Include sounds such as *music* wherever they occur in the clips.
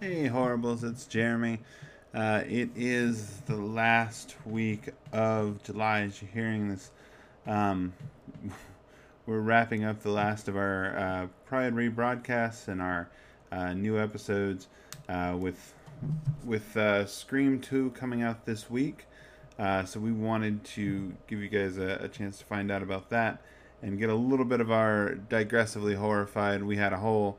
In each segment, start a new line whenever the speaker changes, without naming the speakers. Hey, Horribles, it's Jeremy. Uh, it is the last week of July as you're hearing this. Um, *laughs* we're wrapping up the last of our uh, Pride rebroadcasts and our uh, new episodes uh, with with uh, Scream 2 coming out this week. Uh, so we wanted to give you guys a, a chance to find out about that and get a little bit of our digressively horrified. We had a whole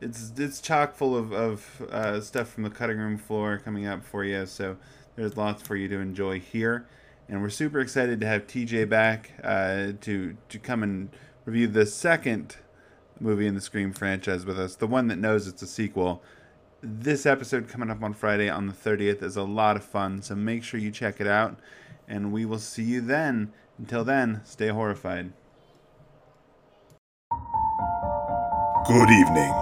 it's it's chock full of of uh, stuff from the cutting room floor coming up for you. So there's lots for you to enjoy here, and we're super excited to have TJ back uh, to to come and review the second movie in the Scream franchise with us, the one that knows it's a sequel. This episode coming up on Friday on the 30th is a lot of fun, so make sure you check it out, and we will see you then. Until then, stay horrified.
Good evening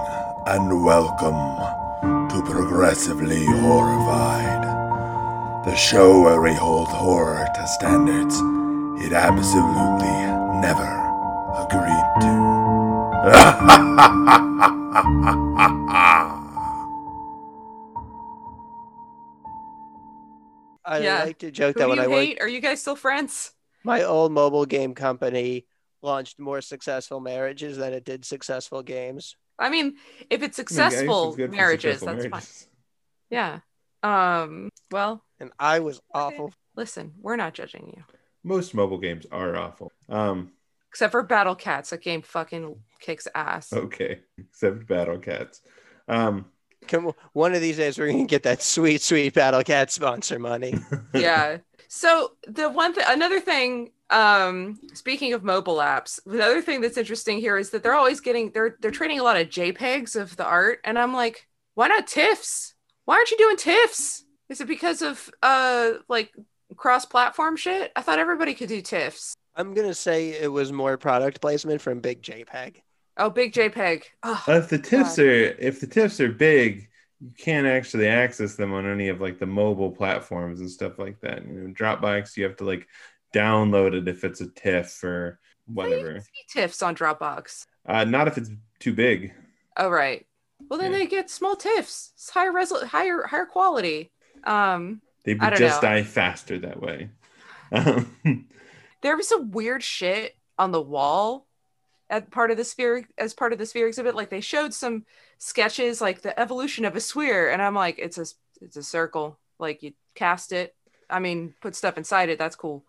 and welcome to Progressively Horrified, the show where we hold horror to standards it absolutely never agreed to. *laughs*
I
Yeah.
like to joke
Who
that
do
when
you
I worked,
hate? Are you guys still friends?
my old mobile game company launched more successful marriages than it did successful games.
I mean, if it's successful marriages, that's fine. Yeah. Um. Well,
And I was awful.
listen, we're not judging you,
Most mobile games are awful. Um,
except for Battle Cats. That game fucking kicks ass.
Okay, except Battle Cats. Um,
Come, one of these days, we're going to get that sweet, sweet Battle Cat sponsor
*laughs*
money.
yeah. So the one thing, another thing, um, speaking of mobile apps, another thing that's interesting here is that they're always getting they're they're trading a lot of JPEGs of the art, and I'm like, why not TIFFs? Why aren't you doing TIFFs? Is it because of uh like cross-platform shit? I thought everybody could do TIFFs.
I'm going to say it was more product placement from Big JPEG.
Oh, big JPEG. Oh,
if the tiffs are if the tiffs are big, you can't actually access them on any of like the mobile platforms and stuff like that. You know, Dropbox, you have to like download it if it's a tiff or
You
whatever.
can see TIFFs on Dropbox.
Uh, not if it's too big.
Oh, right. Well, then
Yeah.
they get small TIFFs. It's higher resol- higher higher quality. Um,
They
I
would
don't
just
know.
die faster that way. Um, *laughs*
there was some weird shit on the wall at part of the sphere as part of the sphere exhibit like they showed some sketches like the evolution of a sphere and i'm like it's a it's a circle like you cast it i mean put stuff inside it that's cool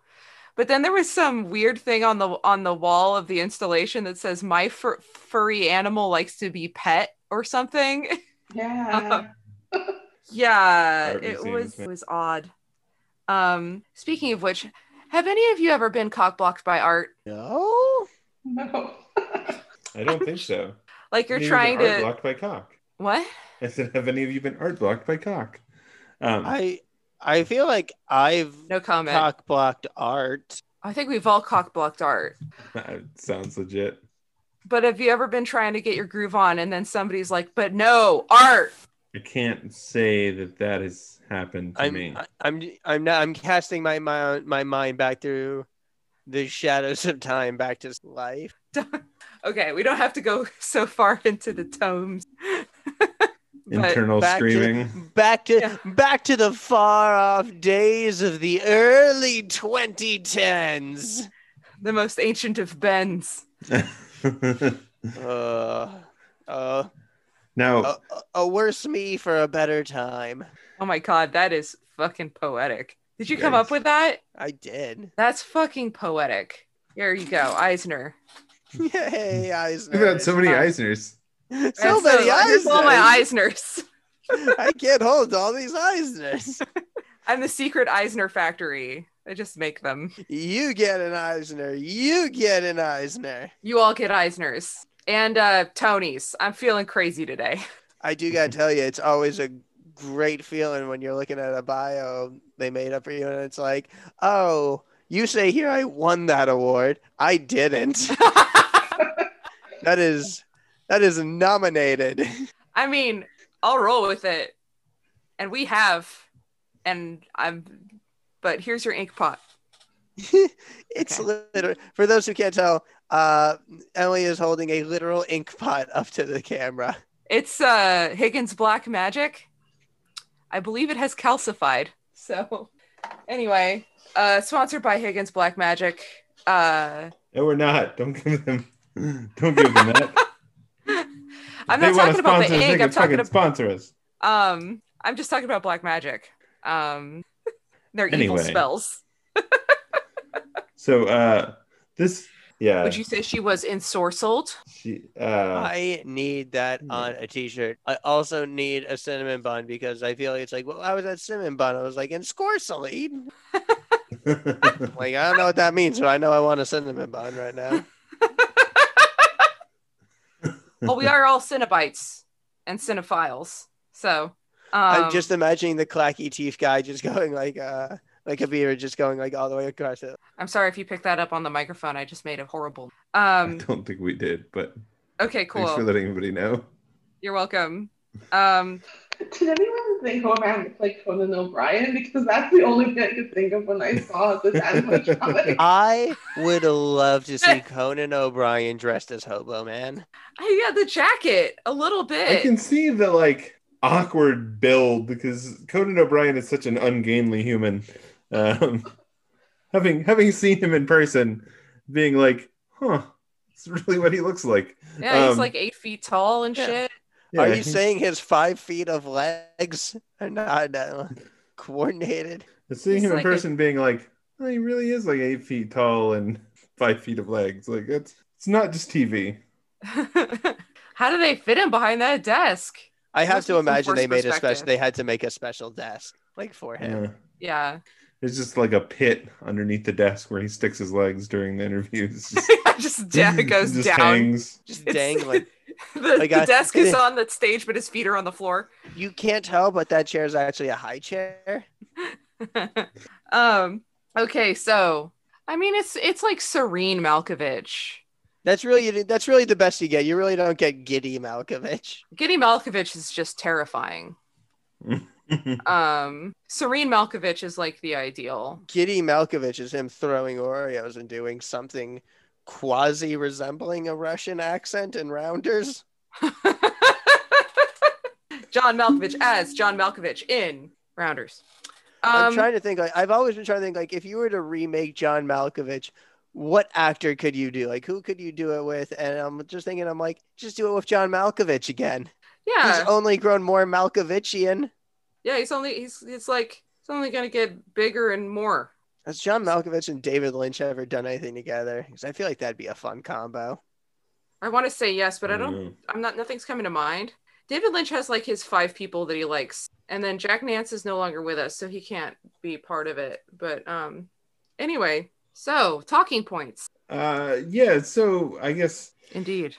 but then there was some weird thing on the on the wall of the installation that says my fur- furry animal likes to be pet or something *laughs*
Yeah.
yeah
Art
it
museum
was
thing.
it was odd um speaking of which have any of you ever been cock blocked by art
No?
no. *laughs*
I don't think so.
like *laughs* you're
Have you
trying
been
to
art blocked by cock. *laughs*
what
I said, have any of you been art blocked by cock? Um, *laughs*
I, I feel like I've
no comment
cock blocked art.
i think we've all cock blocked art
sounds legit.
but have you ever been trying to get your groove on and then somebody's like but no art
I can't say that that has happened to
I'm,
me.
uh,
I- I'm, I'm not, I'm casting my, my, my mind back through the shadows of time back to life.
okay we don't have to go *laughs* so far into the tomes *laughs* but
Internal
back to-
screaming. *laughs*
back to
Yeah.
back to the far off days of the early 2010s.
the most ancient of bends
Uh, uh,
now,
a, a worse me for a better time.
oh my god that is fucking poetic did you come
Yes.
up with that
I did. *laughs*
that's fucking poetic there you go eisner
Yay,
we've
Eisner.
had
*laughs*
so many
uh,
Eisners.
so
That's
many
I just
Eisners.
all my eisners
*laughs*
*laughs*
I can't hold all these Eisners.
i'm the secret eisner factory i just make them
you get an Eisner. You get an Eisner.
You all get Eisners and uh, Tony's. I'm feeling crazy today. *laughs*
I do gotta tell you, it's always a great feeling when you're looking at a bio they made up for you, and it's like, oh, you say here I won that award. I didn't. That is that is nominated. *laughs*
I mean, I'll roll with it, and we have, and I'm. But here's your ink pot.
it's literal. For those who can't tell, uh, Emily is holding a literal ink pot up to the camera.
It's uh Higgins Black Magic. I believe it has calcified. So anyway, uh sponsored by Higgins Black Magic. Uh
No, we're not. Don't give them. *laughs* Don't give them that.
*laughs*
If
I'm
they
not
wanna
talking about the
sponsor us, they
ink,
can
I'm talking
fucking
about
sponsor us.
Um, I'm just talking about black magic. Um, *laughs* they're evil
Anyway.
spells.
So uh, this, yeah,
Would you say she was ensorcelled?
she, uh, *laughs*
I need that
Yeah.
on a t-shirt. I also need a cinnamon bun because I feel like it's like, well, I was at cinnamon bun. I was like, in scorcellade. Like, I don't know what that means, but I know I want a cinnamon bun right now.
Well, we are all Cinnabites and Cinephiles. So um,
I'm just imagining the clacky teeth guy just going like, uh, like a beaver just going like all the way across it.
I'm sorry if you picked that up on the microphone. I just made a horrible.
I *laughs*
Um,
don't think we did, but
okay,
thanks for
cool.
letting everybody know.
You're welcome. Um,
Did anyone think of him like Conan O'Brien? Because that's the only thing I could think of when I saw this animatronic.
*laughs* I would love to see Conan O'Brien dressed as hobo man.
I, yeah, the jacket a little
I
bit.
can see the like awkward build because Conan O'Brien is such an ungainly human. Um, *laughs* having having seen him in person, being like, huh, it's really what he looks like.
yeah, he's
um,
like eight feet tall and
yeah.
shit. *laughs*
Yeah,
Are you
he's-
saying his five feet of legs are not uh, coordinated?
seeing
He's
him in
like a-
person being like, oh, he really is like eight feet tall and *laughs* five feet of legs. Like that's it's not just TV.
How do they fit him behind that desk?
I have
Must be
to
from
imagine
forced
they made a special.
perspective.
They had to make a special desk like for him.
Yeah.
Yeah, *laughs*
It's just like a pit underneath the desk where he sticks his legs during the
*laughs*
interviews.
just da-
*laughs*
goes
Just
down.
hangs. *laughs*
Just
It's-
dangling.
the,
Like,
the
I-
desk is on the stage, but his feet are on the floor.
you can't tell, but that chair is actually a high chair.
*laughs* um. Okay, so I mean, it's it's like Serene Malkovich.
That's really that's really the best you get. You really don't get giddy Malkovich.
Getting Malkovich is just terrifying. Um, Serene Malkovich is like the ideal. *laughs*
Giddy Malkovich is him throwing Oreos and doing something quasi resembling a Russian accent in Rounders.
John Malkovich as John Malkovich in Rounders.
I'm
Um,
trying to think. Like, I've always been trying to think. Like, if you were to remake John Malkovich, what actor could you do? Like, who could you do it with? And I'm just thinking. I'm like, just do it with John Malkovich again.
yeah,
He's only grown more Malkovichian.
yeah. He's only he's it's like it's only gonna get bigger and more.
Has John Malkovich and David Lynch ever done anything together? Because I feel like that'd be a fun combo.
I want to say yes, but I don't.
know.
I'm not. Nothing's coming to mind. David Lynch has like his five people that he likes, and then Jack Nance is no longer with us, so he can't be part of it. But um, anyway, so talking points.
Uh, yeah. So I guess
Indeed.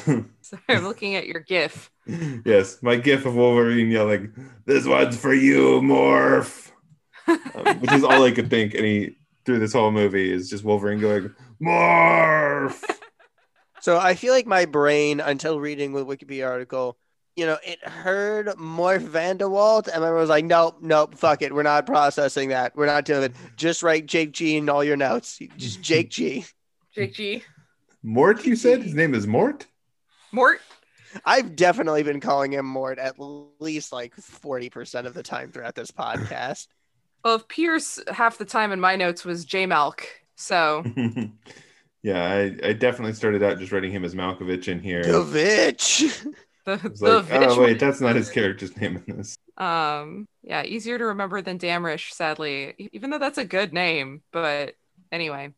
Sorry, *laughs* I'm looking at your GIF.
*laughs* yes, my gif of Wolverine yelling, "This one's for you, Morph," Um, which is all I could think any through this whole movie is just Wolverine going, "Morph."
So I feel like my brain, until reading the Wikipedia article, you know, it heard Morph Vanderwalt, and I was like, nope, nope, fuck it, we're not processing that, we're not doing it. Just write Jake G in all your notes, just Jake G.
Jake G.
Mort, you said his name is Mort. *laughs*
Mort.
I've definitely been calling him Mort at least like forty percent of the time throughout this podcast.
Of Pierce, half the time in my notes was J Malk.
*laughs*
So
yeah, I, I definitely started out just writing him as Malkovich in here. I
Gavitch.
the,
was
the
like, oh
visual-
wait, that's not his character's name in this.
Um, yeah, easier to remember than Damrish, sadly, even though that's a good name. But anyway.